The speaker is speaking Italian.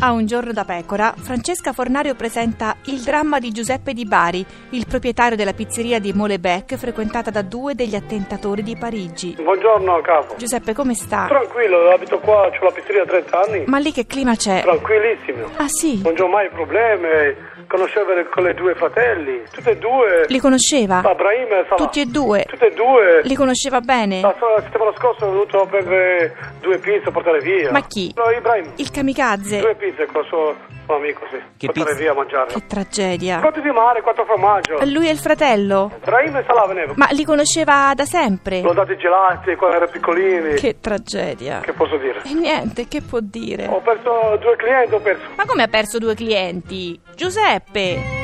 A Un giorno da pecora, Francesca Fornario presenta Il dramma di Giuseppe Di Bari, il proprietario della pizzeria di Molebec frequentata da due degli attentatori di Parigi. Buongiorno capo. Giuseppe, come sta? Tranquillo, abito qua, ho la pizzeria da 30 anni. Ma lì che clima c'è? Tranquillissimo. Ah sì? Non ho mai problemi. Conoscevo le- con le due fratelli. Tutte e due. Li conosceva? Abraham e Salah. Tutti e due? Tutte e due. Li conosceva bene? La, la settimana scorsa ho venuto per eh, due pizze portare via. Ma chi? No, Ibrahim. Il Due kamikaze? pizze con il suo, suo amico, sì. Che portare pizze? via a mangiare. Che tragedia. Cotti di mare, quattro formaggio. Lui e il fratello? Ibrahim e Salah venivano. Ma li conosceva da sempre? L'ho dato i gelati quando era piccolini. Che tragedia. Che posso dire? E niente, che può dire? Ho perso due clienti, ho perso. Ma come ha perso due clienti? Giuseppe!